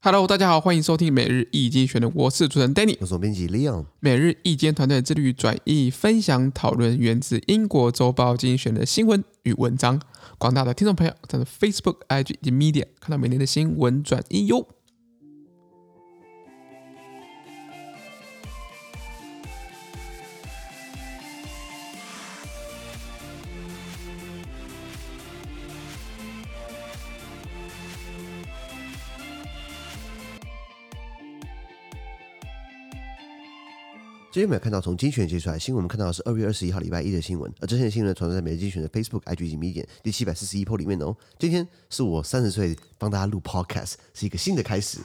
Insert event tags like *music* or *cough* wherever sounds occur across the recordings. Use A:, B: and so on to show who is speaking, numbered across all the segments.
A: Hello，大家好，欢迎收听每日易经选的，我是主持人 Danny。
B: 我总编辑 Leon，
A: 每日易经团队致力于转译、分享、讨论源自英国周报精选的新闻与文章。广大的听众朋友，在 Facebook、IG 以及 Media 看到每天的新闻转译哟。
B: 今天有没有看到从精选截出来新闻？我们看到的是二月二十一号礼拜一的新闻，而这些新闻传在每日精选的 Facebook、IG 以及 Medium 第七百四十一 p 里面哦。今天是我三十岁帮大家录 Podcast，是一个新的开始，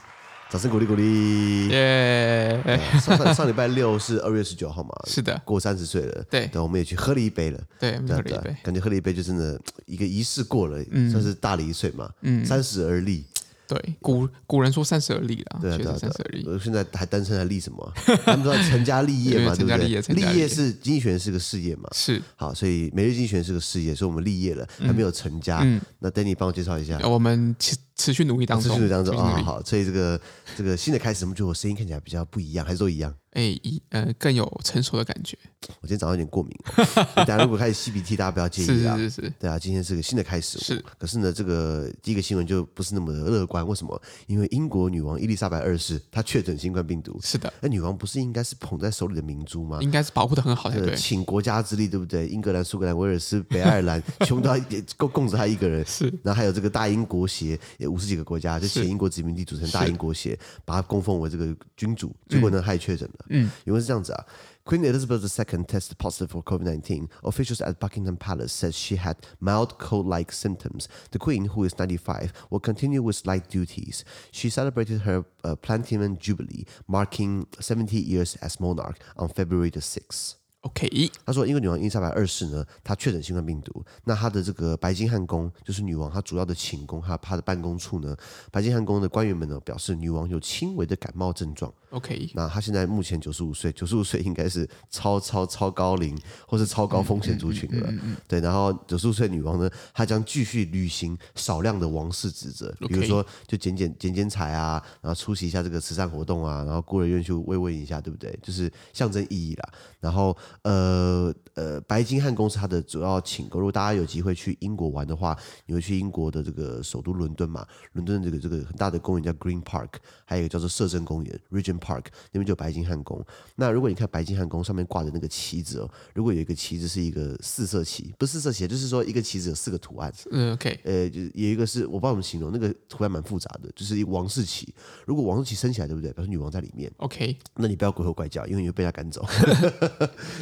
B: 掌声鼓励鼓励。
A: 耶、
B: 上上上礼拜六是二月十九号嘛，
A: *laughs* 是的，
B: 过三十岁了，
A: 对
B: 对，我们也去喝了一杯了，
A: 对，
B: 对
A: 喝
B: 啊
A: 了一
B: 对
A: 杯嗯
B: 啊，感觉喝了一杯就真的一个仪式过了，算是大了一岁嘛，三十而立，
A: 对，古古人说三十而立啦，
B: 对啊
A: 确
B: 对啊
A: 实
B: 对
A: 三
B: 啊
A: 十而立。
B: 我现在还单身还立什么啊？ *laughs* 他们说成家立业嘛，
A: 对
B: 对
A: 成
B: 不
A: 家
B: 对？
A: 立业成家立业
B: 立业是精选是个事业嘛，
A: 是，
B: 好，所以每日精选是个事业，所以我们立业了，
A: 嗯
B: 还没有成家。那 Danny 帮我介绍一下。
A: 我们持持续努力当
B: 持
A: 中，
B: 续努力当中
A: 持续努
B: 啊、
A: 力
B: 好，所以这个这个新的开始，我们觉得我声音看起来比较不一样，还是都一样。
A: 哎，一呃更有成熟的感觉。
B: 我今天早上有点过敏，
A: *laughs*
B: 所以大家如果开始吸鼻涕，大家不要介
A: 是
B: 意
A: 是
B: 啊。
A: 是是，
B: 对啊，今天是个新的开始。
A: 是，
B: 可是呢，这个第一个新闻就不是那么乐观。为什么？因为英国女王伊丽莎白二世她确诊新冠病毒。
A: 是的，
B: 那女王不是应该是捧在手里的明珠吗？
A: 应该是保护的很好才
B: 呃，
A: 对。
B: 请国家之力，对不对？英格兰、苏格兰、威尔斯、北爱尔
A: *laughs*
B: 兰，穷到也供供着他一个人。
A: 是，
B: 然后还有这个大英国协，也五十几个国家，就前英国殖民地组成大英国协，把他供奉为这个君主。
A: 嗯
B: 结果呢，他也确诊了。嗯，因为是这样子啊。Queen Elizabeth II tested positive for COVID 19. Officials at Buckingham Palace said she had mild cold like symptoms. The Queen, who is 95, will continue with light duties. She celebrated her uh, Platinum Jubilee, marking 70 years as monarch on February the 6th.
A: OK，
B: 他说，英国女王伊丽莎白二世呢，她确诊新冠病毒。那她的这个白金汉宫，就是女王她主要的寝宫，还有她的办公处呢，白金汉宫的官员们呢表示，女王有轻微的感冒症状。
A: OK，
B: 那她现在目前九十五岁，九十五岁应该是超超超高龄或是超高风险族群了。对，然后九十五岁女王呢，她将继续履行少量的王室职责，比如
A: OK
B: 说就捡捡捡捡财啊，然后出席一下这个慈善活动啊，然后孤儿院去慰问一下，对不对？就是象征意义啦。然后呃呃，白金汉宫是它的主要请购。如果大家有机会去英国玩的话，你会去英国的这个首都伦敦嘛？伦敦的这个这个很大的公园叫 Green Park，还有一个叫做摄政公园 Regent Park，那边就有白金汉宫。那如果你看白金汉宫上面挂的那个旗子哦，如果有一个旗子是一个四色旗，不是四色旗，就是说一个旗子有四个图案，
A: 嗯，OK，
B: 呃，就是有一个是我不知道怎么形容，那个图案蛮复杂的，就是一个王室旗。如果王室旗升起来，对不对？表示女王在里面，
A: OK，
B: 那你不要鬼吼怪叫，因为你会被她赶走。 *laughs*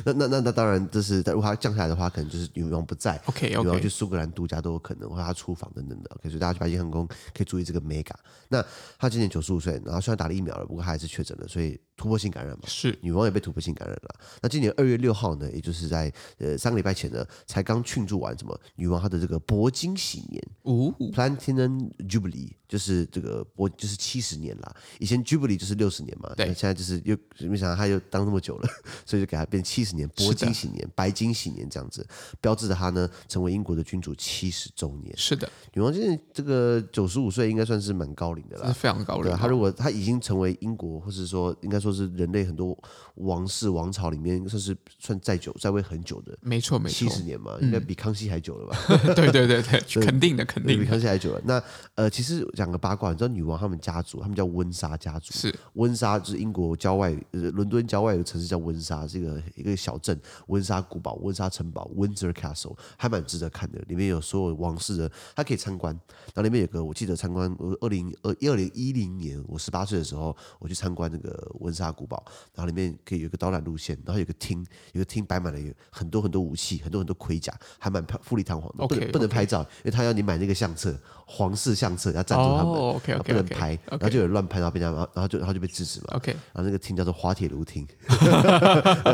B: 那那那那当然，这是如果她降下来的话，可能就是女王不在。
A: OK，OK
B: 女王去苏格兰度假都有可能，或者她出访等等的。OK，所以大家去白金汉宫可以注意这个 mega。那她今年九十五岁，然后虽然打了疫苗了，不过她还是确诊了，所以突破性感染嘛。
A: 是
B: 女王也被突破性感染了。那今年二月六号呢，也就是在呃三个礼拜前呢，才刚庆祝完什么女王她的这个铂金喜年，
A: 五
B: Platinum Jubilee 就是这个我就是七十年啦，以前 Jubilee 就是六十年嘛，
A: 对
B: 那现在就是又没想到他又当那么久了， *laughs* 所以就给他变七十年，铂金禧年、白金禧年这样子，标志着他呢成为英国的君主七十周年。
A: 是的，
B: 女王现在这个九十五岁应该算是蛮高龄的
A: 这是
B: 啦。
A: 非常高
B: 对
A: 的
B: 啊，。他如果他已经成为英国，或是说应该说是人类很多王室王朝里面算是算在久在位很久的
A: 没错没错嗯
B: 七，十年嘛，应该比康熙还久了吧？
A: *laughs* 对对对
B: *laughs*
A: 对，肯定的肯
B: 对
A: 定
B: 比
A: 的，
B: 康熙还久了。那呃，其实讲个八卦，你知道女王他们家族，他们叫温莎家族。
A: 是
B: 温莎就是英国郊外，呃，伦敦郊外有个城市叫温莎，是一个一个小镇。温莎古堡、温莎城堡 （Windsor Castle） 还蛮值得看的，里面有所有王室的，它可以参观。然后里面有个，我记得参观，我二零二二零一零年，我十八岁的时候，我去参观那个温莎古堡，然后里面可以有一个导览路线，然后有个厅，有个厅摆满了有很多很多武器，很多很多盔甲，还蛮富丽堂皇的。不
A: OK，
B: 能不能拍照，因为他要你买那个相册，皇室相册要赞助他们。
A: 哦，OK
B: 不
A: OK
B: 能
A: OK
B: 拍，然后就有人乱拍，然后被人家，然后然后就然后就被制止嘛。
A: OK，
B: 然后那个厅叫做滑铁卢
A: *laughs*
B: 厅， *laughs*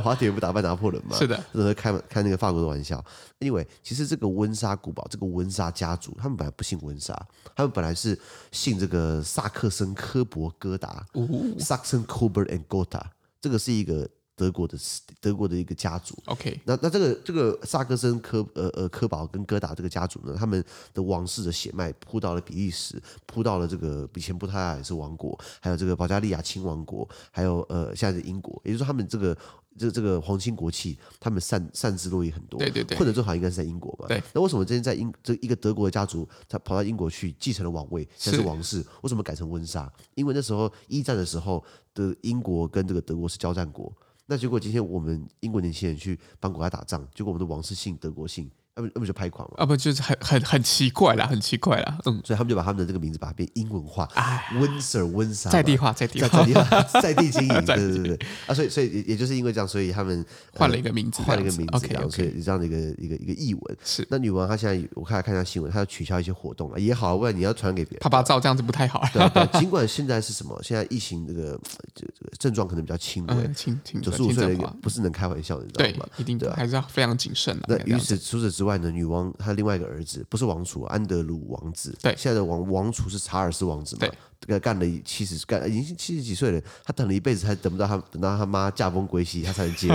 B: 滑铁卢不打败拿破仑嘛？
A: 是的，
B: 那时候开开那个法国的玩笑。Anyway，其实这个温莎古堡，这个温莎家族，他们本来不姓温莎，他们本来是姓这个萨克森科伯哥达
A: 五
B: （Saxon Coburn and Gotha），这个是一个德国的 s- 德国的一个家族。
A: OK，
B: 那那这个这个萨克森科呃呃科堡跟哥达这个家族呢，他们的王室的血脉扑到了比利时，扑到了这个以前葡萄牙也是王国，还有这个保加利亚亲王国，还有呃现在的英国，也就是说他们这个这这个皇亲国戚，他们散散之落也很多。
A: 对对对
B: 混的最好应该是在英国嘛。
A: 对。
B: 那为什么之前在英这一个德国的家族，他跑到英国去继承了王位，现在是
A: 是
B: 王室，为什么改成温莎？因为那时候一战的时候的英国跟这个德国是交战国。那结果今天我们英国年轻人去帮国家打仗，结果我们的王室姓德国姓，那不那不就拍垮嘛？
A: 啊不就是很很很奇怪啦，很奇怪啦，嗯，
B: 所以他们就把他们的这个名字把它变英文化
A: 哎，
B: 温 s i r 温莎嘛
A: 在地化，在地
B: 在
A: 化 *laughs*
B: 在，地在地经营，
A: 在
B: 对
A: 地
B: 对对对啊，所以所以也也就是因为这样，所以他们呃
A: 换了一个名字，
B: 换了一个名字，
A: ，OK
B: 这样所
A: OK，
B: 以这样的一个一个一个译文。
A: 是
B: 那女王她现在我看看一下新闻，她要取消一些活动了，也好啊，不然你要传给别人。
A: 啪啪照这样子不太好，
B: 对啊对啊，尽管现在是什么，现在疫情这个这这个症状可能比较轻微
A: 嗯，，请请
B: 九十五岁的
A: 的
B: 一个不是能开玩笑的，你知道
A: 啊对
B: 吗？，
A: 一定
B: 对啊
A: 还是要非常谨慎的。
B: 那
A: 应该这
B: 与
A: 样
B: 此除此之外呢，女王她另外一个儿子不是王储，啊安德鲁王子。
A: 对
B: 现在的王王储是查尔斯王子嘛
A: 对？
B: 干干了七十干已经七十几岁了，他等了一辈子，还等不到他等到他妈驾崩归西，他才
A: *laughs*
B: 能接。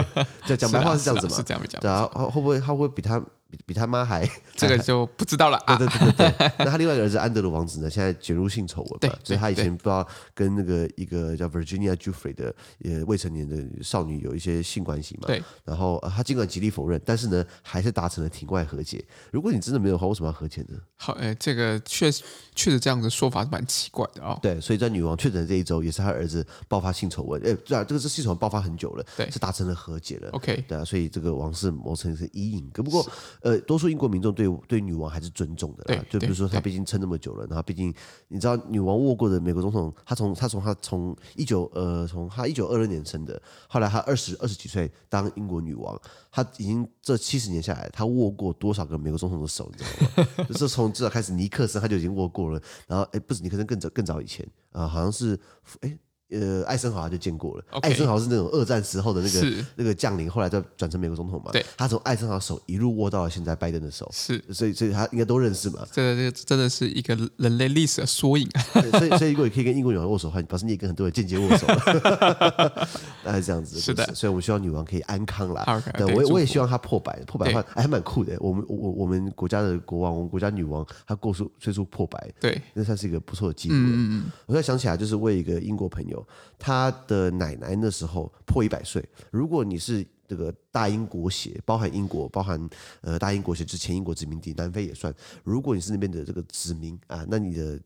B: 就讲白话
A: 是
B: 这
A: 啊
B: 样子
A: 是啊是
B: 嘛？
A: 这样讲，
B: 对啊，会会不会他会不会比他比比他妈还
A: 这个就不知道了啊。
B: 对对对
A: *laughs*
B: 对，那他另外一个儿子安德鲁王子呢，现在卷入性丑闻
A: 对
B: 嘛，就是他以前不知道跟那个一个叫 Virginia Jeffrey 的呃未成年的少女有一些性关系嘛。
A: 对。
B: 然后、呃他尽管极力否认，但是呢，还是达成了庭外和解。如果你真的没有的话，为什么要和解呢？
A: 好，哎，这个确实确实这样的说法是蛮奇怪的哦。
B: 对，所以在女王确诊这一周，也是他儿子爆发性丑闻。哎，对啊，这个是性丑闻爆发很久了，
A: 对
B: 是达成了和解了。
A: OK，
B: 对啊，所以这个王室某层是阴影。可不过，呃，多数英国民众对对女王还是尊重的啦。
A: 对
B: 就比
A: 对
B: 如说，她
A: 对
B: 毕竟撑那么久了，然后毕竟你知道，女王握过的美国总统，她从她从她从一九呃从她一九二六年生的，后来她二十二十几岁当英国女王，她已经这七十年下来，她握过多少个美国总统的手，你知道
A: *laughs*
B: 吗？就是从至少开始尼克森，她就已经握过了。然后，哎，不是尼克森更早更早以前啊、好像是哎。呃，艾森豪他就见过了。
A: OK
B: 艾森豪是那种二战时候的那个
A: 是
B: 那个将领后来再转成美国总统嘛，
A: 对，
B: 他从艾森豪手一路握到了现在拜登的手，
A: 是。，
B: 所以所以他应该都认识嘛
A: 这个这个真的是一个人类历史的缩影啊！ *laughs*
B: 对所以所以如果你可以跟英国女王握手的话，表示你也跟很多人间接握手，
A: *laughs*
B: 大概是这样子，
A: 是的
B: 故事所以我们希望女王可以安康啦，
A: 好对
B: 对，我也
A: 祝福
B: 我也希望她破百，破百的话哎还蛮酷的，我们我我我们国家的国王，我们国家女王，她过数岁数破百，
A: 对，
B: 那算是一个不错的记录了。我突然想起来，就是为一个英国朋友，他的奶奶那时候破一百岁。如果你是这个大英国协，包含英国，包含呃大英国协之前英国殖民地，南非也算。如果你是那边的这个殖民啊，那你的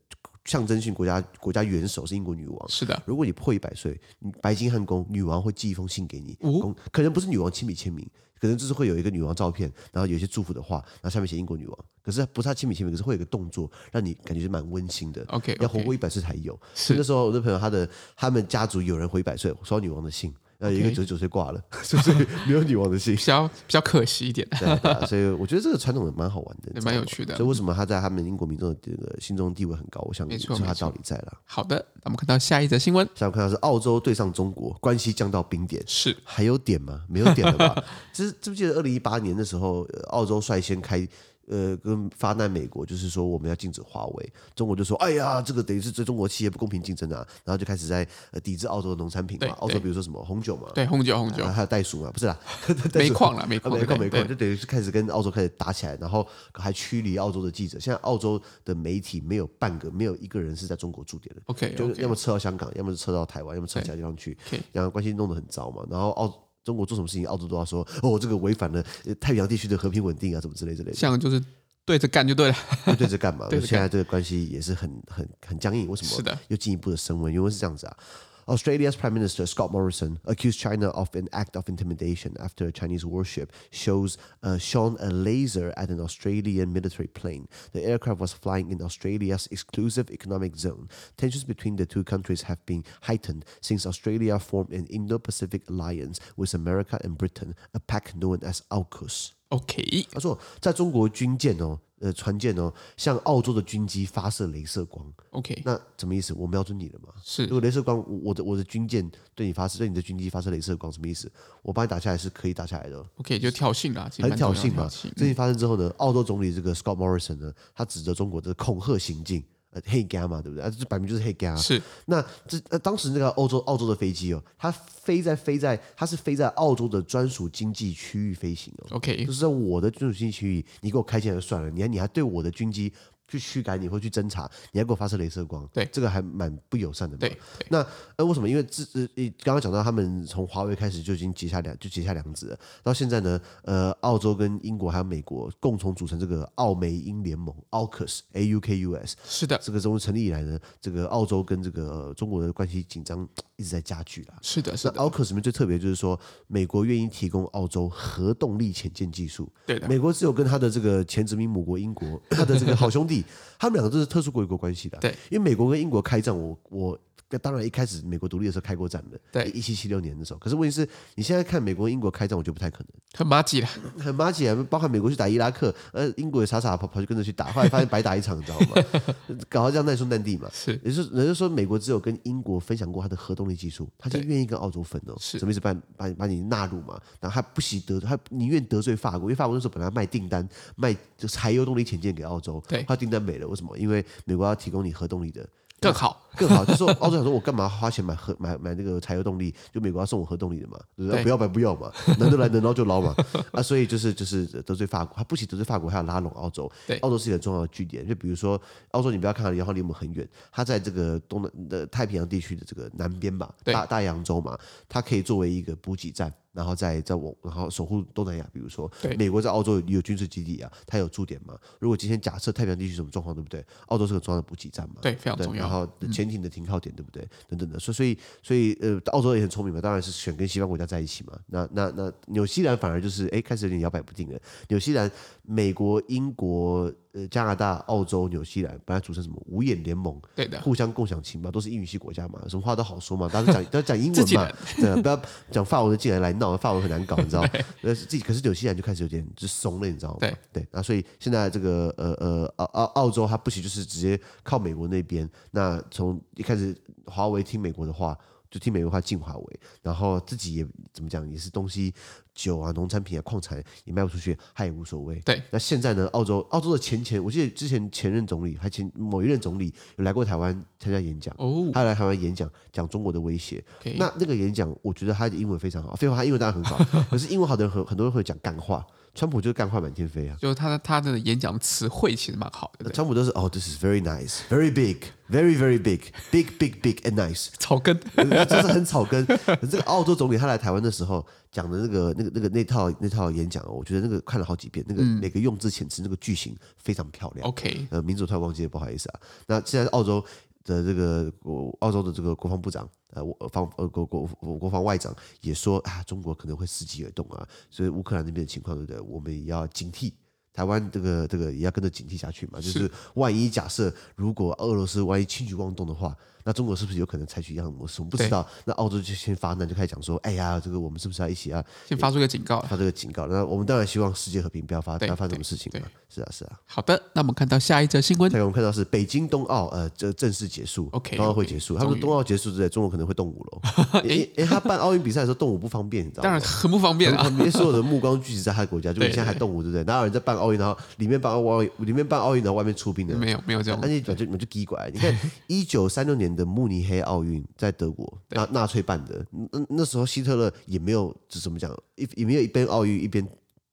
B: 象征性国家国家元首是英国女王。
A: 是的，
B: 如果你破一百岁，你白金汉宫女王会寄一封信给你，
A: 哦
B: 公可能不是女王亲笔签名，可能就是会有一个女王照片，然后有一些祝福的话，然后下面写英国女王。可是不是她亲笔签名，可是会有一个动作，让你感觉是蛮温馨的。
A: 哦 OK，
B: 要活过一百岁才有。
A: 是
B: 所以那时候我的朋友他的他们家族有人活一百岁，收到女王的信，呃，有一个
A: OK
B: 九十九岁挂了， *laughs* 所以没有女王
A: *laughs*
B: 的信
A: 比。较比较可惜一点。
B: 对啊对啊，所以我觉得这个传统蛮好玩的，
A: 也
B: 你
A: *laughs*
B: 知道
A: 蛮有
B: 吗
A: 趣的
B: 所以为什么他在他们英国民众的这个心中地位很高？我想
A: 没
B: 是
A: 错
B: 他
A: 没
B: 道理在啦。
A: 好的，那我们看到下一则新闻
B: 下面看到是澳洲对上中国，关系降到冰点。
A: 是
B: 还有点吗？没有点
A: *laughs*
B: 了吧？这记不记得二零一八年的时候，呃澳洲率先开呃跟发难美国，就是说我们要禁止华为，中国就说哎呀，这个等于是对中国企业不公平竞争啊，然后就开始在呃抵制澳洲的农产品
A: 对
B: 嘛，澳洲
A: 对
B: 比如说什么红酒嘛，
A: 对红酒红
B: 然
A: 酒
B: 后还有袋鼠嘛，不啊是啦， *laughs*
A: 煤矿了煤
B: 啊
A: 矿
B: 没空没
A: 对
B: 空，就等于是开始跟澳洲开始打起来，然后还驱离澳洲的记者。现在澳洲的媒体没有半个，没有一个人是在中国驻点的，
A: OK 哦
B: 就
A: OK
B: 要么撤到香港，要么就撤到台湾，要么撤
A: 对
B: 其他地方去
A: OK，
B: 然后关系弄得很糟嘛。然后澳中国做什么事情，澳洲都要说哦，这个违反了呃太平洋地区的和平稳定啊，什么之类之类的，
A: 这样就是对着干就对了。 *laughs*
B: *laughs* 就对着干嘛？
A: 对着
B: 就现在这个关系也是很很很僵硬，为什么？
A: 是的，
B: 又进一步的升温，原文是这样子啊。Australia's Prime Minister Scott Morrison accused China of an act of intimidation after a Chinese warship shows uh, shone a laser at an Australian military plane. The aircraft was flying in Australia's exclusive economic zone. Tensions between the two countries have been heightened since Australia formed an Indo-Pacific alliance with America and Britain, a pact known as AUKUS.
A: OK，
B: 他说，在中国军舰哦，呃，船舰哦，向澳洲的军机发射镭射光，
A: OK，
B: 那什么意思？我瞄准你了嘛？
A: 是
B: 如果镭射光，我我的我的军舰对你发射，对你的军机发射镭射光，什么意思？我把你打下来是可以打下来的哦，
A: OK 就挑衅啦，其实
B: 很
A: 蛮
B: 挑
A: 重要的
B: 衅嘛。这件事情发生之后呢，澳洲总理这个 Scott Morrison 呢，他指责中国的恐吓行径。呃黑家嘛，对不对？啊，这摆明就是黑家、啊。
A: 是
B: 那这呃，当时那个欧洲澳洲的飞机哦，它飞在飞在它是飞在澳洲的专属经济区域飞行哦，
A: OK，
B: 就是在我的专属经济区域，你给我开进来就算了，你还你还对我的军机去驱赶你或去侦查，你还给我发射镭射光，
A: 对
B: 这个还蛮不友善的嘛。
A: 对，对
B: 那呃，为什么？因为自呃，一刚刚讲到他们从华为开始就已经结下两就结下梁子了，到现在呢，呃，澳洲跟英国还有美国共同组成这个澳美英联盟 AUKUS A U K U S，
A: 是的，
B: 这个中成立以来呢，这个澳洲跟这个、呃中国的关系紧张一直在加剧啦。
A: 是的，是
B: 那
A: 的，
B: AUKUS 里面最特别就是说，美国愿意提供澳洲核动力潜舰技术。
A: 对的，
B: 美国只有跟他的这个前殖民母国
A: *laughs*
B: 英国，他的这个好兄弟，他们两个都是特殊国与国关系的。啊
A: 对，
B: 因为美国跟英国开战，我我当然一开始美国独立的时候开过战的，
A: 对
B: 一七七六年的时候。可是问题是，你现在看美国跟英国开战，我觉得不太可能。
A: 很麻吉了，
B: 很巴结，包含美国去打伊拉克，呃，英国也傻傻跑跑去跟着去打，后来发现白打一场，你知道
A: *laughs*
B: 吗？搞到这样难兄难弟嘛。
A: 是
B: 也就是人家说美国只有跟英国分享过它的核动力技术，他就愿意跟澳洲分哦，
A: 是
B: 什么意思？把你把你把你纳入嘛，然后他不惜得他宁愿得罪法国，因为法国那时候本来卖订单卖就是柴油动力潜舰给澳洲，
A: 对
B: 他订单没了，为什么？因为美国要提供你核动力的。
A: 更好，
B: 更好，就是说 *laughs* 澳洲想说，我干嘛花钱买核买买那个柴油动力？就美国要送我核动力的嘛，对不对？
A: 对
B: 不要白不要嘛，能得来能捞就捞嘛。 *laughs* 啊，所以就是就是得罪法国，他不仅得罪法国，还要拉拢澳洲
A: 对。
B: 澳洲是一个很重要的据点，就比如说澳洲，你不要看它离它离我们很远，它在这个东南的太平洋地区的这个南边吧，
A: 对
B: 大大洋洲嘛，它可以作为一个补给站。然后再再往，然后守护东南亚，比如说
A: 对
B: 美国在澳洲有军事基地啊，它有驻点嘛。如果今天假设太平洋地区什么状况，对不对？澳洲是个重要的补给站嘛。
A: 对，非常
B: 对，
A: 重要，嗯
B: 然后潜艇的停靠点，对不对？等等的，所以所以所以呃，澳洲也很聪明嘛，当然是选跟西方国家在一起嘛。那那那纽西兰反而就是哎，开始有点摇摆不定了。纽西兰、美国、英国、呃加拿大、澳洲、纽西兰本来组成什么五眼联盟，
A: 对的，
B: 互相共享情报，都是英语系国家嘛，什么话都
A: *laughs*
B: 好说嘛，大家都讲都讲英
A: 自
B: 文
A: 己
B: 嘛
A: 人，
B: 对，不要讲法文的进来来闹，法文很难搞，你知道？呃，自己可是纽西兰就开始有点就怂了，你知道吗？
A: 对
B: 对，那所以现在这个呃呃澳澳澳洲，它不行就是直接靠美国那边，那从一开始华为听美国的话。就听美国话进华为，然后自己也怎么讲，也是东西酒啊、农产品啊、矿产也卖不出去，他也无所谓。
A: 对，
B: 那现在呢，澳洲澳洲的前前，我记得之前前任总理还前某一任总理有来过台湾参加演讲，
A: 哦
B: 他来台湾演讲讲中国的威胁。
A: ，OK，
B: 那那个演讲，我觉得他的英文非常好，废话，他英文当然很
A: *laughs*
B: 好，可是英文好的人很很多人会讲干话，川普就是干话满天飞啊。
A: 就他的他的演讲词汇其实蛮好的，对不对
B: 川普都是哦，this is very nice, very big, very very big, big big big and nice，
A: 草
B: *laughs*
A: 根，
B: 就是很草根。这个澳洲总理他来台湾的时候讲的那个、那个、那个那套那套演讲，哦我觉得那个看了好几遍，那个每个用字遣词那个句型非常漂亮。
A: OK，
B: 呃，民主突然忘记了，不好意思啊。那现在澳洲的这个国，澳洲的这个国防部长，呃，我呃防呃国国国国防外长也说啊，中国可能会伺机而动啊，所以乌克兰那边的情况，对不对？我们也要警惕。台湾这个这个也要跟着警惕下去嘛，就是万一假设如果俄罗斯万一轻举妄动的话，那中国是不是有可能采取一样的模式？我们不知
A: 对
B: 道。那澳洲就先发难，就开始讲说，哎呀，这个我们是不是要一起啊
A: 先发出一个警告了。
B: 发这个警告？那我们当然希望世界和平，不要发不
A: 对
B: 要发生什
A: 对
B: 么事情嘛
A: 对。
B: 是啊，是啊。
A: 好的，那我们看到下一则新闻
B: 再，给我们看到是北京冬奥，呃，这正式结束
A: OK，
B: 冬奥会
A: OK，
B: 结束。他们
A: 终于
B: 说冬奥结束之后，中国可能会
A: *laughs*
B: 动武喽。因为因为他办奥运比赛的时候动武不方便，你知道
A: 当
B: 吗
A: 然？ *laughs* 很不方便
B: 他
A: 啊，
B: 们所有的目光聚集在他的国
A: *laughs*
B: 家，就你现在还动武，对不对？哪有人在办奥运，然后里面办奥运，里面办奥运，然后外面出兵
A: *laughs*
B: 的？
A: 没有没有这种
B: 那，你啊就就你就低拐。你
A: *laughs*
B: 看，一九三六年的慕尼黑奥运在德国，纳纳粹办的，那那时候希特勒也没有这怎么讲，一也没有一边奥运一边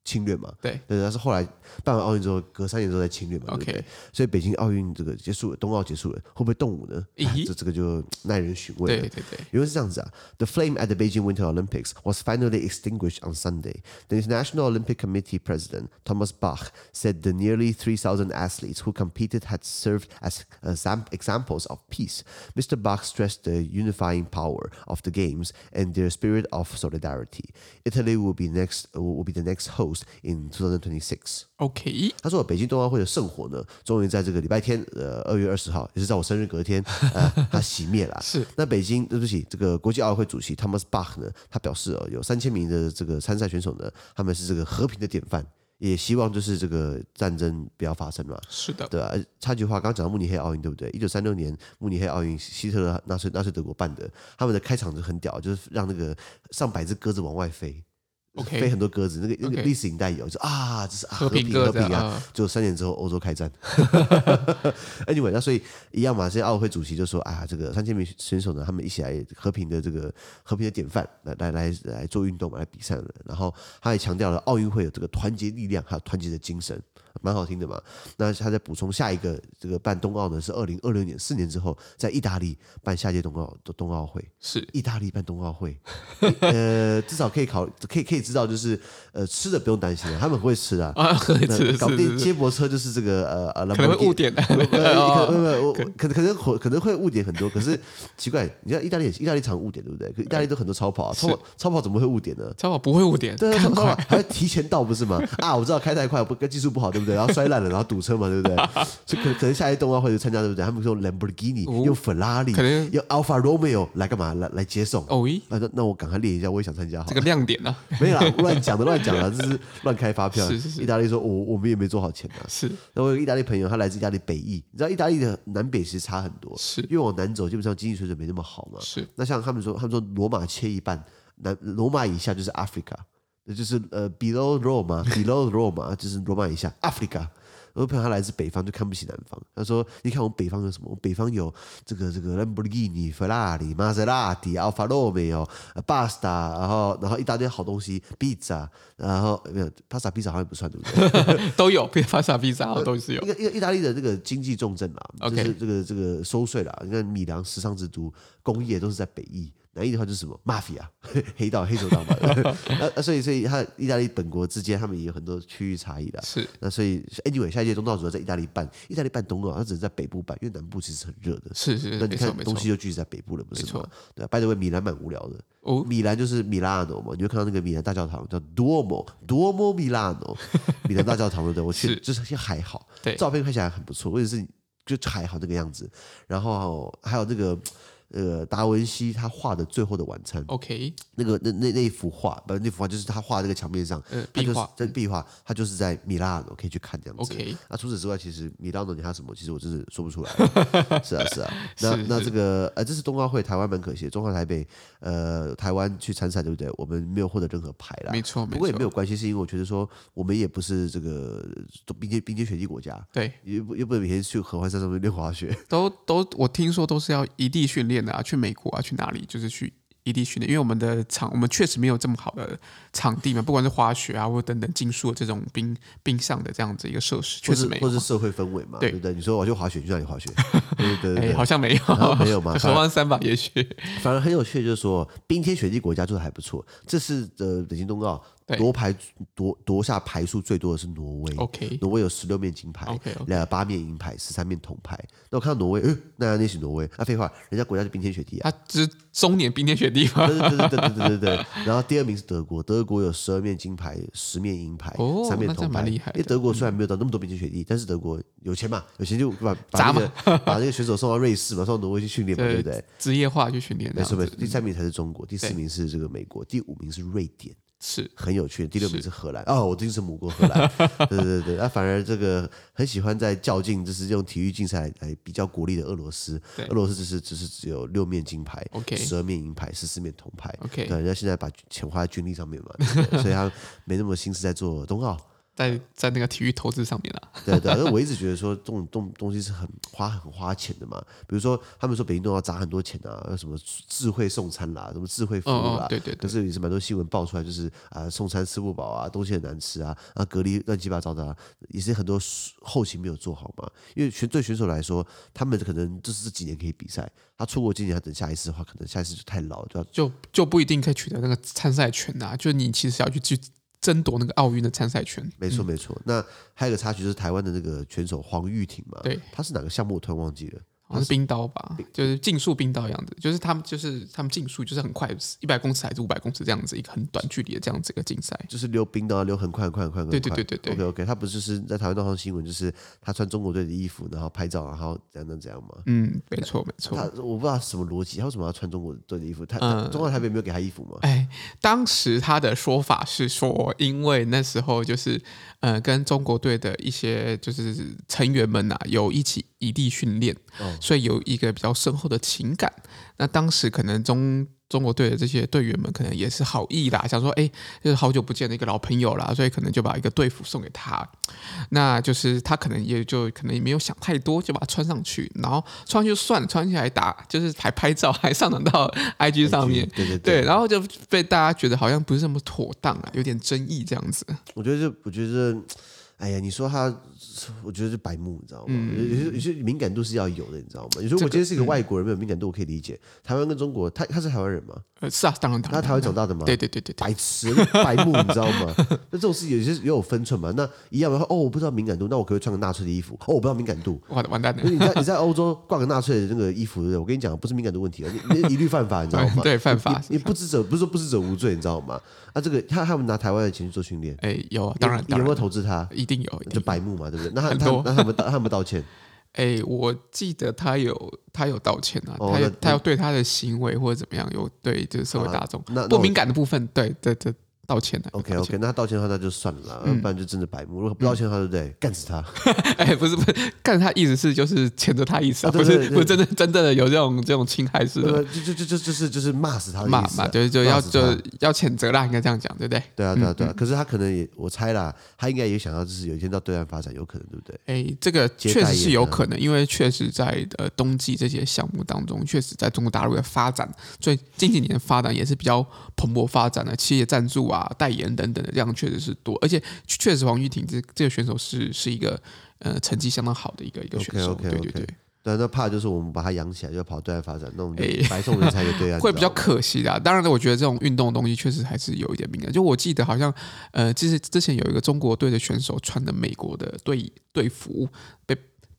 B: 侵略嘛。
A: 对
B: 对，但是后来办完奥运之后，隔三年之后再侵略嘛，对不对
A: OK
B: 所以北京奥运这个结束了，冬奥结束了，会不会动武呢？
A: 咦
B: 哎这这个就耐人寻味
A: 对
B: 了。
A: 对对，
B: 因为是这样子啊，The flame at the Beijing Winter Olympics was finally extinguished on Sunday. The International Olympic Committee President Thomas Bach said the nearly 3,000 athletes who competed had served as uh, sam- examples of peace. Mr. Bach stressed the unifying power of the games and their spirit of solidarity. Italy will be next will be the next host in 2026.
A: OK，
B: 他说北京冬奥会的圣火呢，终于在这个礼拜天，呃，二月二十号，也是在我生日隔天， *laughs* 呃，它熄灭了。
A: *laughs* 是，
B: 那北京对不起，这个国际奥委会主席 Thomas Bach 呢，他表示哦，有三千名的这个参赛选手呢，他们是这个和平的典范，也希望就是这个战争不要发生嘛。
A: 是的，
B: 对啊，呃插句话，刚刚讲到慕尼黑奥运，对不对？一九三六年慕尼黑奥运，希特勒纳粹纳粹德国办的，他们的开场就很屌，就是让那个上百只鸽子往外飞，
A: OK
B: 飞很多鸽子，那个那个
A: OK
B: 历史影带有，就啊，这是、啊、
A: 和平鸽
B: 和
A: 子
B: 平啊，
A: 啊
B: 就三年之后欧洲开战。anyway，那所以一样嘛，现在奥委会主席就说啊，这个三千名选手呢，他们一起来和平的这个和平的典范，来来来来做运动嘛，来比赛了。然后他也强调了奥运会有这个团结力量，还有团结的精神，蛮好听的嘛。那他在补充下一个这个办冬奥呢，是二零二六年四年之后，在意大利办下届冬奥冬奥会。
A: 是 *laughs*
B: 意大利办冬奥会， *laughs* 呃，至少可以考，可以可以知道，就是呃，吃的不用担心了，他们很会吃啊。
A: 啊，是
B: 那
A: 是
B: 搞不定
A: 是，
B: 接驳车就是这个呃呃，
A: 可能会误点的。 *laughs*
B: 呃，
A: 哦
B: 可可可可能可可能会误点很多，可是奇怪，你看意大利也是，意大利常误点，对不对？可意大利都很多超跑、啊，超跑超跑怎么会误点呢？
A: 超跑不会误点，
B: 对啊，超
A: 赶
B: 跑
A: 快
B: 还要提前到不是吗？啊，我知道开太快，不跟技术不好，对不对？然后摔烂了，然后堵车嘛，对不对？所以可可能下一冬奥会就参加，对不对？他们用 Lamborghini，、用法拉利
A: 可能，
B: 用 Alfa Romeo 来干嘛？来来接送。
A: 哦咦，
B: 啊，那那我赶快练一下，我也想参加好了。
A: 这个亮点啊呢
B: 没有啦，乱讲的，乱讲的，这是乱开发票。
A: 是是是
B: 意大利说，我我们也没做好钱啊。
A: *laughs* 是 *laughs*
B: 那我有个意大利朋友，他来自意大利北翼，你知道意大利的南北其实差很多，
A: 是
B: 越往南走，基本上经济水准没那么好嘛。
A: 是
B: 那像他们说，他们说罗马切一半，南罗马以下就是 Africa，那就是呃 below Rome，below Rome 就是罗马以下 Africa。我朋友他来自北方，就看不起南方。他说：“你看我们北方有什么？我们北方有这个这个兰博基尼、法拉利、玛莎拉蒂、阿尔法罗密欧、pasta，然呃后然后一大堆好东西，pizza，然后没有 pasta pizza 好像也不算对不对？
A: 都有，比法萨比萨都
B: *laughs*
A: 是有
B: 一，个一个意大利的这个经济重镇啦，就
A: OK
B: 是这个这个收税啦。你看米兰时尚之都，工业都是在北翼，南翼的话就是什么 mafia *laughs* 黑道黑手党
A: *laughs*
B: 嘛。那那所以所以它意大利本国之间他们也有很多区域差异的。
A: 是
B: 那所以 anyway 下一届东道主要在意大利办，意大利办东奥，它只能在北部办，因为南部其实很热的。
A: 是是，
B: 那
A: 没
B: 你
A: 错
B: 看
A: 没错
B: 东，西就聚集在北部了，不是
A: 没
B: 吗
A: 错？
B: 对啊，by the way，米兰蛮无聊的。
A: 哦
B: 米兰就是米拉诺嘛，你会看到那个米兰大教堂叫 Duomo Duomo Milano，米兰大教堂对不 *laughs* 对？我去
A: 是
B: 就是还好，
A: 对
B: 照片看起来很不错，或者是就还好那个样子。然后还有那个呃达文西他画的《最后的晚餐》，
A: ，OK，
B: 那个那那那一幅画，不那幅画就是他画那个墙面上，
A: 呃，
B: 他
A: 壁
B: 就是
A: 画
B: 在壁画，他就是在米拉诺可以去看这样子。
A: ，OK，
B: 那除此之外，其实米兰的你还有什么？其实我真是说
A: *laughs*
B: 不出来了。是啊，是啊。那
A: 是
B: 那
A: 是
B: 这个呃，这是冬奥会，台湾蛮可惜的，中华台北呃，台湾去参赛，对不对？我们没有获得任何牌啦。
A: 没错没
B: 不过也没有
A: 错，
B: 关系，是因为我觉得说我们也不是这个都并肩并肩雪地国家，
A: 对，
B: 也不也不能每天去合欢山上面练滑雪。
A: 都都我听说都是要异地训练的啊，去美国啊，去哪里就是去。异地训练，因为我们的场，我们确实没有这么好的场地嘛，不管是滑雪啊，或者等等竞速的这种冰冰上的这样子一个设施，确
B: 或
A: 实
B: 是
A: 没有
B: 或。是社会氛围嘛，
A: 对
B: 对不对？你说我去滑雪，你去哪里滑雪？
A: *laughs*
B: 对对对
A: 哎，
B: 对
A: 好像没有，
B: 啊没
A: *laughs*
B: 有嘛
A: 合湾三吧，也许
B: 反而很有趣，的就是说冰天雪地国家做的还不错。这次的北京冬奥
A: 对
B: 夺牌夺夺下牌数最多的是挪威 *laughs*
A: OK
B: 挪威有十六面金牌
A: OK，OK
B: 两八面银牌，十三面铜牌。那我看到挪威，哎，那那是挪威，啊那、废话，人家国家是冰天雪地
A: *laughs*
B: 啊。
A: 他只是中年冰天雪地嘛，
B: 对对对对对对对对。然后第二名是德国，德国有十二面金牌，十面银牌，
A: 哦
B: 三面
A: 那这
B: 铜
A: 蛮
B: 牌。
A: 厉害的嗯
B: 因为德国虽然没有到那么多冰天雪地，但是德国有钱嘛，有钱就把
A: 砸
B: 把那个把那个选手送到瑞士嘛，送到挪威去训练
A: *laughs*
B: 嘛，对不对？
A: 职业化去训练这
B: 没
A: 样
B: 错
A: 子，
B: 没错，第三名才是中国，第四
A: 对
B: 名是这个美国，第五名是瑞典，
A: 是
B: 很有趣。第六名是荷兰，哦，我最近是母国荷
A: *laughs*
B: 兰，对对对。那反而这个很喜欢在较劲，就是用体育竞赛来来比较国力的俄罗斯
A: 对，
B: 俄罗斯只是只是只有六面金牌
A: OK
B: 十二面银牌，十四面铜牌。
A: OK
B: 对，人家现在把钱花在军力上面嘛，对不
A: *laughs*
B: 对所以他没那么心思在做冬奥。
A: 在在那个体育投资上面啊，
B: *laughs* 对对，但我一直觉得说这种东东西是很花很花钱的嘛。比如说他们说北京冬奥砸很多钱啊，有什么智慧送餐啦，什么智慧服务
A: 哦
B: 啦
A: 哦，，对对
B: 可
A: 对，
B: 是也是蛮多新闻爆出来，就是啊、送餐吃不饱啊，东西很难吃啊，啊隔离乱七八糟的、啊，也是很多后勤没有做好嘛。因为选对选手来说，他们可能就是这几年可以比赛，他出国今年他等下一次的话，可能下一次就太老，就要
A: 就就不一定可以取得那个参赛权呐、啊，就你其实要去去争夺那个奥运的参赛权，
B: 没错没错。那还有一个插曲就是台湾的那个选手黄玉婷嘛，
A: 对，
B: 他是哪个项目我突然忘记了。
A: 好像是冰刀吧，就是竞速冰刀的样子，就是他们就是他们竞速就是很快，一百公尺还是五百公尺这样子一个很短距离的这样子一个竞赛，
B: 就是溜冰的、啊，溜很快很快很快很快。
A: 对对对对对
B: OK OK，他不是就是在台湾那上新闻，就是他穿中国队的衣服，然后拍照，然后怎样怎样怎样嘛。
A: 嗯，没错没
B: 他
A: 错。
B: 我不知道什么逻辑，他为什么要穿中国队的衣服？他、
A: 嗯
B: 他中国台北没有给他衣服吗？
A: 哎，当时他的说法是说，因为那时候就是，呃，跟中国队的一些就是成员们呐、有一起异地训练，
B: 哦
A: 所以有一个比较深厚的情感。那当时可能中中国队的这些队员们可能也是好意啦，想说哎，就是好久不见的一个老朋友啦，所以可能就把一个队服送给他。那就是他可能也就可能也没有想太多，就把它穿上去，然后穿上去就算了，穿起来打就是还拍照，还上传到 IG 上面。
B: 对对
A: 对，然后就被大家觉得好像不是那么妥当啊，有点争议这样子。
B: 我觉得这，我觉得这，哎呀，你说他，我觉得是白目，你知道吗？有
A: 嗯
B: 些有些敏感度是要有的，你知道吗？你说我今天是一个外国人，没有敏感度，我可以理解。台湾跟中国，他他是台湾人吗？
A: 呃，是啊，当然，当
B: 他
A: 然，
B: 台湾长大的吗？
A: 对对对对对，
B: 白痴，白目，你知道
A: *laughs*
B: 吗？那这种事有些也有分寸嘛。那一样的话，哦，我不知道敏感度，那我可不可以穿个纳粹的衣服？哦，我不知道敏感度。
A: 完完蛋了
B: 因。为你在你 *laughs* 在欧洲挂个纳粹的那个衣服，对不对我跟你讲，不是敏感度问题，啊你你一律犯法，你知道吗？
A: 哎 *laughs* 对犯法
B: 你你不知者不是说不知者无罪，你知道吗？啊，这个他他们拿台湾的钱去做训练，
A: 哎，有啊，当然，
B: 有
A: 当
B: 没有
A: 然，
B: 投资他？
A: 一定有，一定有。
B: 就白目嘛，对不对？那他
A: 很
B: 他
A: 多
B: 那他们道他们道
A: *laughs*
B: 歉，
A: 哎，我记得他有他有道歉啊，
B: 哦
A: 他有
B: 那
A: 他有对他的行为或者怎么样，有对就是社会
B: 好啦
A: 大众
B: 那那
A: 不
B: 我
A: 敏感的部分，对对对，道歉啊的。
B: OK
A: 有道歉嗯
B: OK，那他道歉的话那就算了啦，不然就真的白目。如果不道歉的话，对不对？干死他！
A: *laughs* 哎，不是不是，干他意思是就是谴责他意思啊，
B: 啊对
A: 不
B: 对
A: 是
B: 对
A: 不是真的真正的有这种这种侵害式
B: 对
A: 的
B: 吧 *laughs* 就就就就就是就是骂死他的
A: 骂
B: 意思
A: 嘛，
B: 啊。
A: 对，就要
B: 骂死
A: 就
B: 他
A: 要谴责啦，应该这样讲，对不对？
B: 对啊对啊对啊。可是他可能也，我猜啦，他应该也想要，就是有一天到对岸发展，有可能，对不对？
A: 哎，这个
B: 接
A: 确
B: 代
A: 实是
B: 言
A: 有
B: 啊
A: 可能，因为确实在呃冬季这些项目当中，确实在中国大陆的发展，所以近几年发展也是比较蓬勃发展的，企业赞助啊、代言等等的，这样确实是多，而且确实黄玉婷这这个选手是是一个呃成绩相当好的一个一个选手
B: OK，OK，OK
A: 对对对，
B: 对啊，那怕就是我们把他养起来，就要跑对岸发展，那我们
A: 哎
B: 就白送人才给对岸，
A: 会
B: 你
A: 比
B: 知
A: 较
B: 道吗
A: 可惜啦。当然了，我觉得这种运动的东西确实还是有一点敏感。
B: 啊
A: 就我记得好像，呃，就是之前有一个中国队的选手穿的美国的队队服被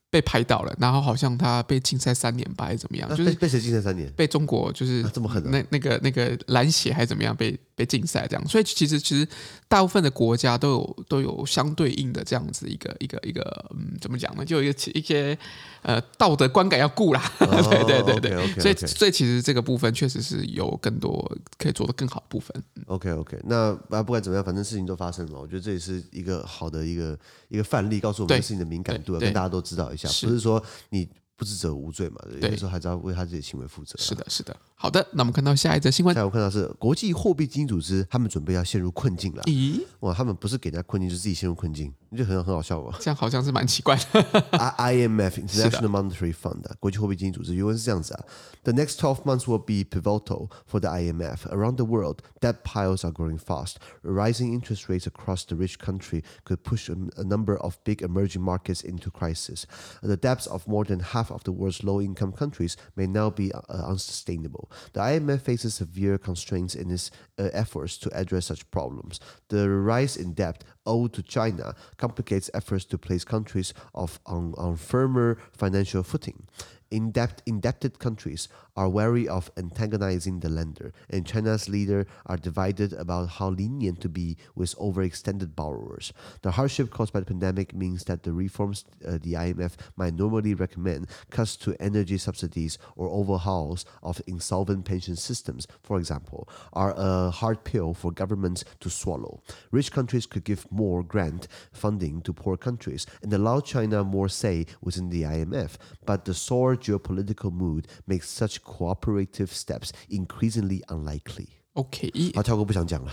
A: 被拍到了，然后好像他被禁赛三年吧，还是怎么样，
B: 那
A: 就
B: 被
A: 是
B: 被谁禁赛三年？
A: 被中国就是、
B: 啊这么狠啊
A: 那那个那个篮协还是怎么样被被禁赛这样。所以其实其实大部分的国家都有都有相对应的这样子一个一个一个嗯，怎么讲呢？就有一个一些呃道德观感要顾啦。 *laughs* 对对对对。
B: OK
A: 所以
B: OK
A: 所以其实这个部分确实是有更多可以做的更好的部分。
B: OK OK，那啊不管怎么样，反正事情都发生了嘛，我觉得这也是一个好的一个一个范例，告诉我们
A: 对
B: 对事情的敏感度，
A: 对对
B: 跟大家都知道一下，
A: 是
B: 不是说你不知者无罪嘛，有
A: 对
B: 些时候还是要为他自己的行为负责。
A: 是。的，是的。好的，那我们看到下一则新闻
B: 下。一个我看到是国际货币基金组织，他们准备要陷入困境了。
A: 咦，
B: 哇，他们不是给人家困境，就是自己陷入困境，你就很很好
A: *laughs*
B: 笑嘛。
A: 这样好像是蛮奇怪的。 *laughs*
B: I- IMF International
A: 是的。
B: Monetary Fund 啊，国际货币基金组织原文是这样子啊：The next 12 months will be pivotal for the IMF. Around the world, debt piles are growing fast. Rising interest rates across the rich country could push a, a number of big emerging markets into crisis. The debts of more than half of the world's low-income countries may now be uh, unsustainable. The IMF faces severe constraints in its uh, efforts to address such problems. The rise in debt owed to China complicates efforts to place countries of on, on firmer financial footing. Indept, indebted countries are wary of antagonizing the lender, and China's leaders are divided about how lenient to be with overextended borrowers. The hardship caused by the pandemic means that the reforms uh, the IMF might normally recommend cuts to energy subsidies or overhauls of insolvent pension systems, for example, are a hard pill for governments to swallow. Rich countries could give more grant funding to poor countries and allow China more say within the IMF, but the sore geopolitical mood makes such cooperative steps increasingly unlikely.
A: OK，一
B: 好，跳过不想讲了。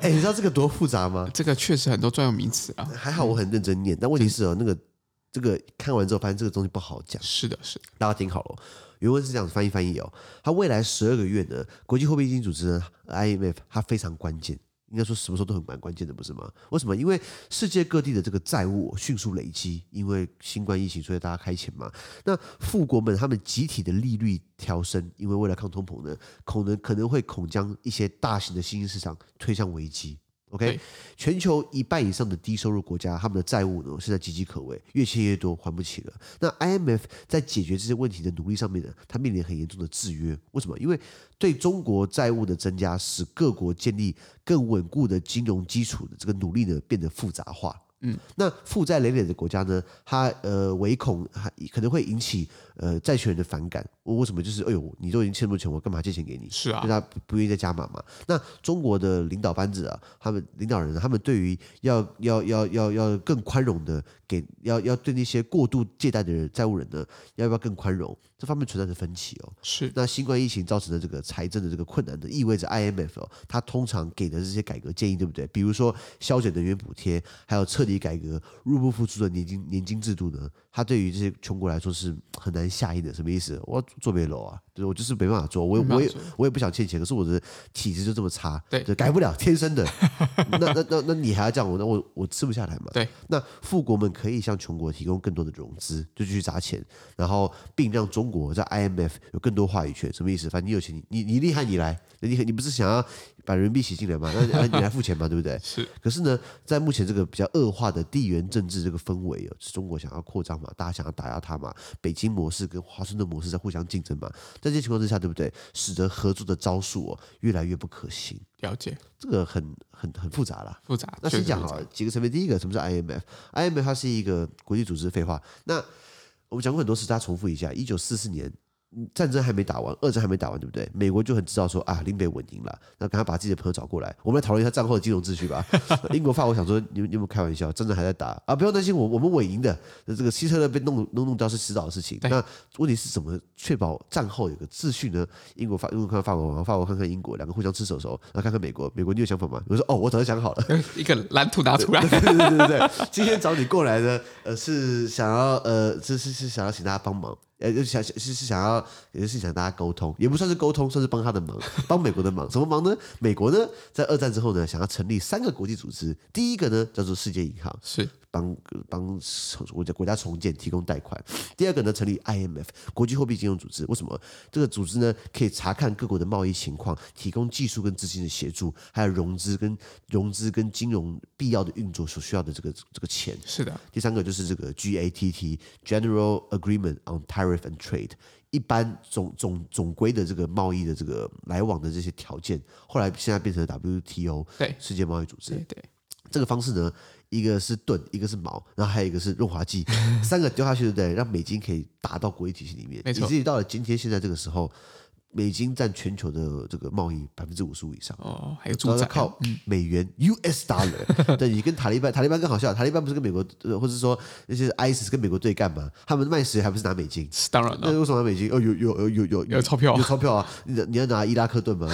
B: 哎、你知道这个多复杂吗？
A: 这个确实很多专有名词啊。
B: 还好我很认真念，但问题是哦，那个这个看完之后发现这个东西不好讲。
A: 是的，是的。
B: 大家听好了，原文是这样子翻译翻译哦。它未来十二个月呢，国际货币基金组织呢 IMF 它非常关键，应该说什么时候都很蛮关键的，不是吗？为什么？因为世界各地的这个债务哦迅速累积，因为新冠疫情，所以大家开钱嘛。那富国们他们集体的利率调升，因为为了抗通膨呢，可能可能会恐将一些大型的新兴市场推向危机。OK，
A: 对
B: 全球一半以上的低收入国家，他们的债务呢现在岌岌可危，越欠越多，还不起了。那 IMF 在解决这些问题的努力上面呢，它面临很严重的制约。为什么？因为对中国债务的增加，使各国建立更稳固的金融基础的这个努力呢，变得复杂化。嗯，那负债累累的国家呢，它呃唯恐还可能会引起呃债权人的反感。为什么？就是哎呦，你都已经欠那么多钱，我干嘛借钱给你？
A: 是啊
B: 就，他不不愿意再加码嘛。那中国的领导班子啊，他们领导人啊，他们对于要要要要要更宽容的给要要对那些过度借贷的人债务人呢，要不要更宽容？这方面存在着分歧哦。
A: 是
B: 那新冠疫情造成的这个财政的这个困难呢，意味着 IMF 哦，它通常给的这些改革建议，对不对？比如说削减能源补贴，还有彻底改革入不敷出的年金年金制度呢，它对于这些穷国来说是很难下咽的。什么意思？我做没楼啊，就是我就是没办法做，我也
A: 没办法
B: 我也
A: 做
B: 我也不想欠钱，可是我的体质就这么差，
A: 对
B: 改不了，天
A: *laughs*
B: 生的。那那那那你还要这样我，那我我吃不下来嘛？
A: 对，
B: 那富国们可以向穷国提供更多的融资，就继续砸钱，然后并让中国在 IMF 有更多话语权。什么意思？反正你有钱，你你你厉害，你来，你你不是想要把人民币洗进来嘛？那那你来付钱嘛， *laughs* 对不对？
A: 是
B: 可是呢，在目前这个比较恶化的地缘政治这个氛围哦，是中国想要扩张嘛，大家想要打压它嘛，北京模式跟华盛顿模式在互相竞争嘛，在这些情况之下，对不对？使得合作的招数哦越来越不可行，
A: 了解
B: 这个很很很复杂啦。
A: 复杂。
B: 那
A: 确
B: 先
A: 实
B: 讲
A: 复杂
B: 好了几个层面。第一个，什么是 IMF？IMF 它是一个国际组织，废话。那我们讲过很多次，大家重复一下：一九四四年嗯战争还没打完，二战还没打完，对不对？美国就很知道说啊，林北稳赢了，那赶快把自己的朋友找过来，我们来讨论一下战后的金融秩序吧。 *laughs* 英国、法国想说，你们你们开玩笑，战争还在打啊，不用担心，我我们稳赢的。那这个希特勒被弄弄弄掉是迟早的事情。
A: 对
B: 那问题是怎么确保战后有个秩序呢？英国法英国看看法国，然后法国看看英国，两个互相吃手手，然后看看美国，美国你有想法吗？我说哦，我早就想好了。
A: *laughs* 一个蓝图拿出来，
B: 对对对对对，今天找你过来呢，呃，是想要呃，是是是想要请大家帮忙，呃，就想是是想要，也是想大家沟通，也不算是沟通，算是帮他的忙，帮美国的忙。什么忙呢？美国呢，在二战之后呢，想要成立三个国际组织，第一个呢叫做世界银行，
A: *laughs* 是
B: 帮帮国家国家重建提供贷款。第二个呢，成立 IMF 国际货币金融组织。为什么这个组织呢？可以查看各国的贸易情况，提供技术跟资金的协助，还有融资跟融资跟金融必要的运作所需要的这个这个钱。
A: 是的，
B: 第三个就是这个 GATT General Agreement on Tariff and Trade，一般总总总规的这个贸易的这个来往的这些条件，后来现在变成了 WTO
A: 对
B: 世界贸易组织
A: 对。对，
B: 这个方式呢，一个是盾，一个是矛，然后还有一个是润
A: *laughs*
B: 滑剂，三个丢下去，对不对？让美金可以打到国际体系里面，
A: 没错
B: 以至于到了今天现在这个时候，美金占全球的这个贸易百分之五十五以上。
A: 哦，还有
B: 主
A: 住
B: 要是
A: 宅，
B: 靠美元
A: *laughs*
B: US dollar，对你跟塔利班，塔利班更好笑，塔利班不是跟美国，呃或者说那些 ISIS 跟美国对干嘛？他们卖石还不是拿美金？
A: 当然了，
B: 那为什么拿美金？哦，有有有有有
A: 有钞票啊
B: 有钞票啊！你你要拿伊拉克
A: *laughs*
B: 盾吗？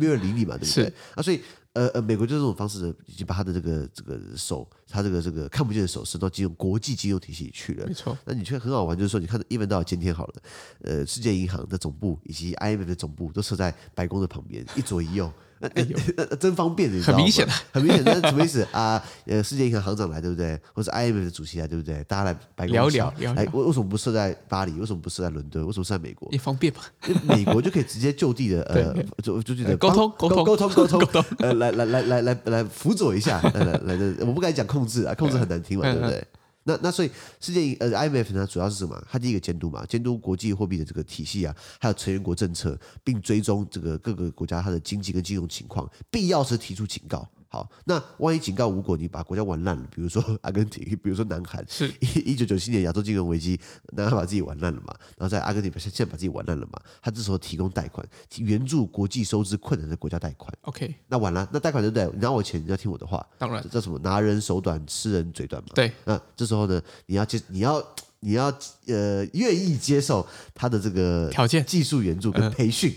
B: 没有人理你嘛，对不对
A: 是？
B: 啊，所以呃呃，美国就这种方式呢，已经把他的这个这个手，他这个这个看不见的手伸到金融国际金融体系里去了
A: 没。错，
B: 那你却很好玩，就是说，你看，even 到今天好了，呃，世界银行的总部以及 IMF 的总部都设在白宫的旁边，一左
A: *laughs*
B: 一右，那那那那真方便，你知道吗
A: 哎很明显啊
B: 很明显，那
A: *laughs*
B: 什么意思啊？呃，世界银行行长来，对不对？或者 IMF 的主席来，啊对不对？大家来白宫
A: 聊
B: 一下
A: 聊聊
B: 来
A: 聊
B: 哎为为什么不设在巴黎？为什么不设在伦敦？为什么设在美国？
A: 也方便嘛，
B: 因为美国就可以直接就地的呃
A: 对，
B: 就就地的
A: 沟通沟
B: 帮
A: 通
B: 沟通沟通
A: *laughs* 沟通
B: *laughs* 呃，来来来来来来辅佐一下，呃来来来来，我不敢讲控制啊，控制很难听嘛，
A: 嗯
B: 对不对？ *laughs* 那那所以世界呃 IMF 呢，主要是什么？它第一个监督嘛，监督国际货币的这个体系啊，还有成员国政策，并追踪这个各个国家它的经济跟金融情况，必要时提出警告。好，那万一警告无果，你把国家玩烂了，比如说阿根廷，比如说南韩，
A: 是
B: *laughs* 一九九七年亚洲金融危机，南韩把自己玩烂了嘛，然后在阿根廷现在把自己玩烂了嘛，他这时候提供贷款，援助国际收支困难的国家贷款，
A: ，OK，
B: 那完了，那贷款对不对？你拿我钱，你要听我的话，
A: 当然
B: 这叫什么？拿人手短，吃人嘴短嘛。
A: 对，
B: 那这时候呢，你要接，你要你要呃，愿意接受他的这个
A: 条件嗯
B: 技术援助跟
A: *laughs*
B: 培训，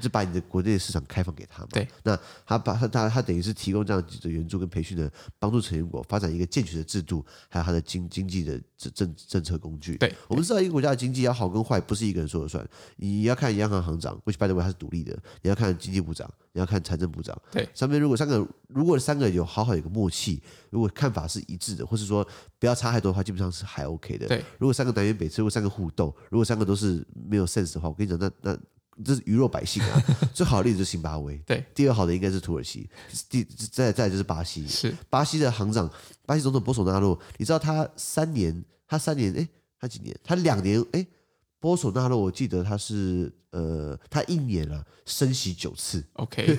B: 就把你的国内市场开放给他嘛。
A: 对，
B: 那他把他他他等于是提供这样的援助跟培训呢，帮助成员国发展一个健全的制度，还有他的经经济的政政政策工具。
A: 对
B: 我们知道一个国家的经济要好跟坏，不是一个人说了算。你要看央行行长，which by the way 他是独立的，你要看经济部长，你要看财政部长。
A: 对，
B: 上面如果三个，如果三个有好好有个默契，如果看法是一致的，或是说不要差太多的话，基本上是还 OK 的。
A: 对，
B: 如果三个南辕北辙，如果三个互斗，如果三个都是没有 sense 的话，我跟你讲，那那这是鱼肉百姓
A: *laughs*
B: 啊。最好的例子就是津巴威，
A: 对，
B: 第二好的应该是土耳其，第再再来就是巴
A: *laughs*
B: 西，
A: 是
B: 巴西的行长，巴西总统波索纳洛，你知道他三年，他三年，哎，他几年？他两年，哎，波索纳洛，我记得他是呃，他一年啊升息九次， *laughs*
A: OK，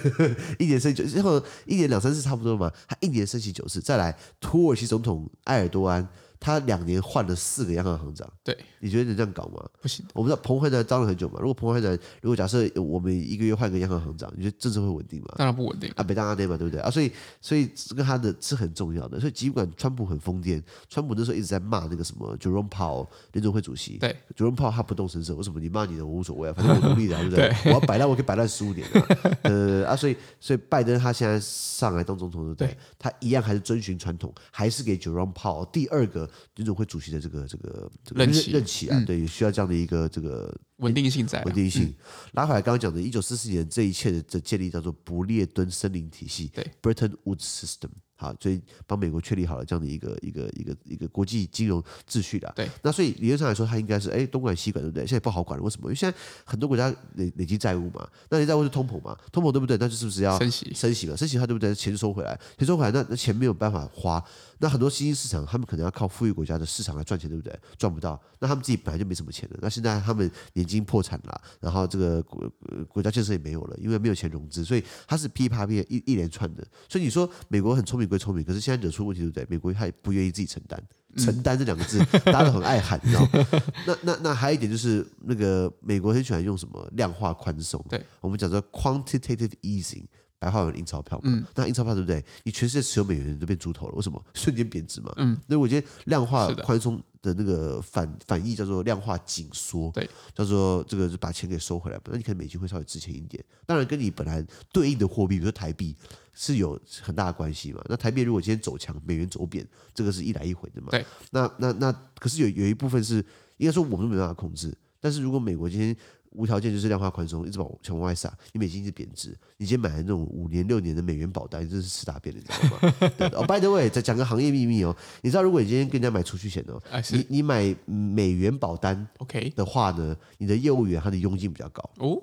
B: 一年升息九，然后一年两三次差不多嘛，他一年升息九次。再来，土耳其总统埃尔多安，他两年换了四个央行行长，
A: 对，
B: 你觉得能这样搞吗？
A: 不行，
B: 我不知道彭淮南当了很久嘛，如果彭淮南，如果假设我们一个月换个央行行长，你觉得政策会稳定吗？
A: 当然不稳定。
B: 啊，北大阿内嘛，对不对啊？所以，所以这个他的是很重要的。所以，尽管川普很疯癫，川普那时候一直在骂那个什么 Jerome Powell 联总会主席，
A: 对
B: Jerome Powell 他不动声色，为什么你骂你的我无所谓啊，反正我独立的啊，对
A: *laughs*
B: 不对？我要摆烂，我可以摆烂十五年啊，呃啊，所以所以拜登他现在上来当总统，对不对？
A: 对
B: 他一样还是遵循传统，还是给 Jerome Powell 第二个联总会主席的这个这个这个
A: 任期嗯
B: 任期啊，对，需要这样的一个这个
A: 稳定性在啊、
B: 稳定性。拉回来刚刚讲的，一九四四年这一切的的建立叫做不列敦森林体系
A: 对
B: （Bretton Woods System）。好，所以帮美国确立好了这样的一个一个一个一个国际金融秩序的。
A: 对，
B: 那所以理论上来说，它应该是哎东管西管，对不对？现在不好管了，为什么？因为现在很多国家累累积债务嘛，那累积债务是通膨嘛，通膨对不对？那就是不是要
A: 升息
B: 升息嘛，升息它对不对？钱收回来，钱收回来，那那钱没有办法花，那很多新兴市场他们可能要靠富裕国家的市场来赚钱，对不对？赚不到，那他们自己本来就没什么钱了，那现在他们年金破产了，然后这个国、呃国家建设也没有了，因为没有钱融资，所以它是噼啪啪一一连串的。所以你说美国很聪明归聪明，可是现在惹出问题，对不对？美国他也不愿意自己承担。承担这两个字，大家都很爱喊，你知道吗？那那那还有一点就是，那个美国很喜欢用什么量化宽松，
A: 对，
B: 我们讲叫 quantitative easing，白话文印钞票嘛，
A: 嗯
B: 那印钞票对不对？你全世界持有美元的人都变猪头了，为什么？ *laughs* 瞬间贬值嘛，嗯，那我觉得量化
A: 是的
B: 宽松的那个反反义叫做量化紧缩，
A: 对，
B: 叫做这个就把钱给收回来嘛，那你可能美金会稍微值钱一点，当然跟你本来对应的货币，比如说台币。是有很大的关系嘛？那台币如果今天走强，美元走贬，这个是一来一回的嘛？
A: 对。
B: 那那那，可是有有一部分是应该说我们都没办法控制。但是如果美国今天无条件就是量化宽松，一直往钱往外撒，你美金一直贬值，你今天买的那种五年六年的美元保单，真是吃大便的，你知道吗？对的哦，by the way，再讲个行业秘密哦，你知道如果你今天跟人家买储蓄险哦，
A: 哎是
B: 你你买美元保单
A: OK
B: 的话呢，你的业务员他的佣金比较高，
A: 哦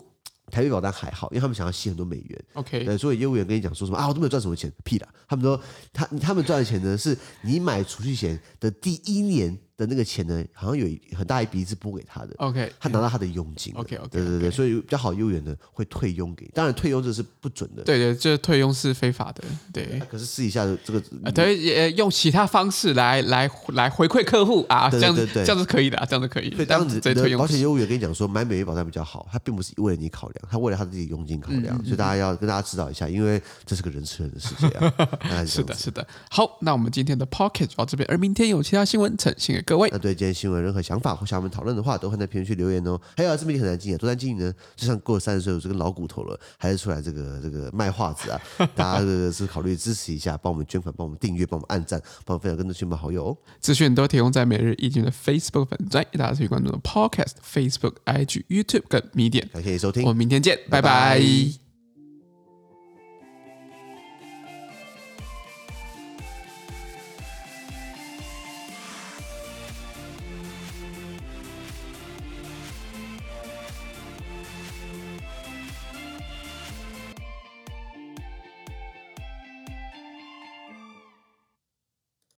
B: 台币保单还好，因为他们想要吸很多美元，
A: OK，
B: 对，所以业务员跟你讲说什么啊，我都没有赚什么钱，屁啦！他们说他他们赚的钱呢，是你买储蓄险的第一年的那个钱呢，好像有一很大一笔是拨给他的，
A: OK
B: 他拿到他的佣金了。
A: OK，OK，
B: 对对对，
A: OK
B: 所以比较好的业务员呢会退佣给你，当然退佣这是不准的，
A: 对对，这退佣是非法的，对
B: 啊。可是试一下这个
A: 呃，对，也用其他方式来来来回馈客户啊，
B: 对对
A: 这样子
B: 对对
A: 这样子可以的啊，这样子可以
B: 所
A: 的，
B: 以当
A: 子
B: 你
A: 这退
B: 的
A: 佣
B: 保险业务员跟你讲说买美元保单比较好，他并不是为了你考
A: *laughs*
B: 量，他为了他自己佣金考量，所以大家要跟大家指导一下，因为这是个人吃人的世界
A: *laughs*
B: 啊。大概
A: 是
B: 这样
A: 的，
B: 子
A: 是的。好，那我们今天的 Pocket 就到这边，而明天有其他新闻呈现给各位。
B: 那对今天新闻有任何想法或想我们讨论的话，都欢迎在评论区留言哦。还有啊，这边也很难经营，多难经营呢？就像过了三十岁，我这个老骨头了，还是出来这个这个卖画子啊。大家这个是考虑支持一下，帮我们捐款，帮我们订阅，帮我们按赞，帮我们分享更多亲朋好友哦。
A: 资讯都提供在每日易经的 Facebook 粉专，大家可以关注我的 Podcast、Facebook、IG、YouTube 跟 Media。
B: 感谢你收听
A: 我，们明天见，
B: 拜
A: 拜
B: 拜
A: 拜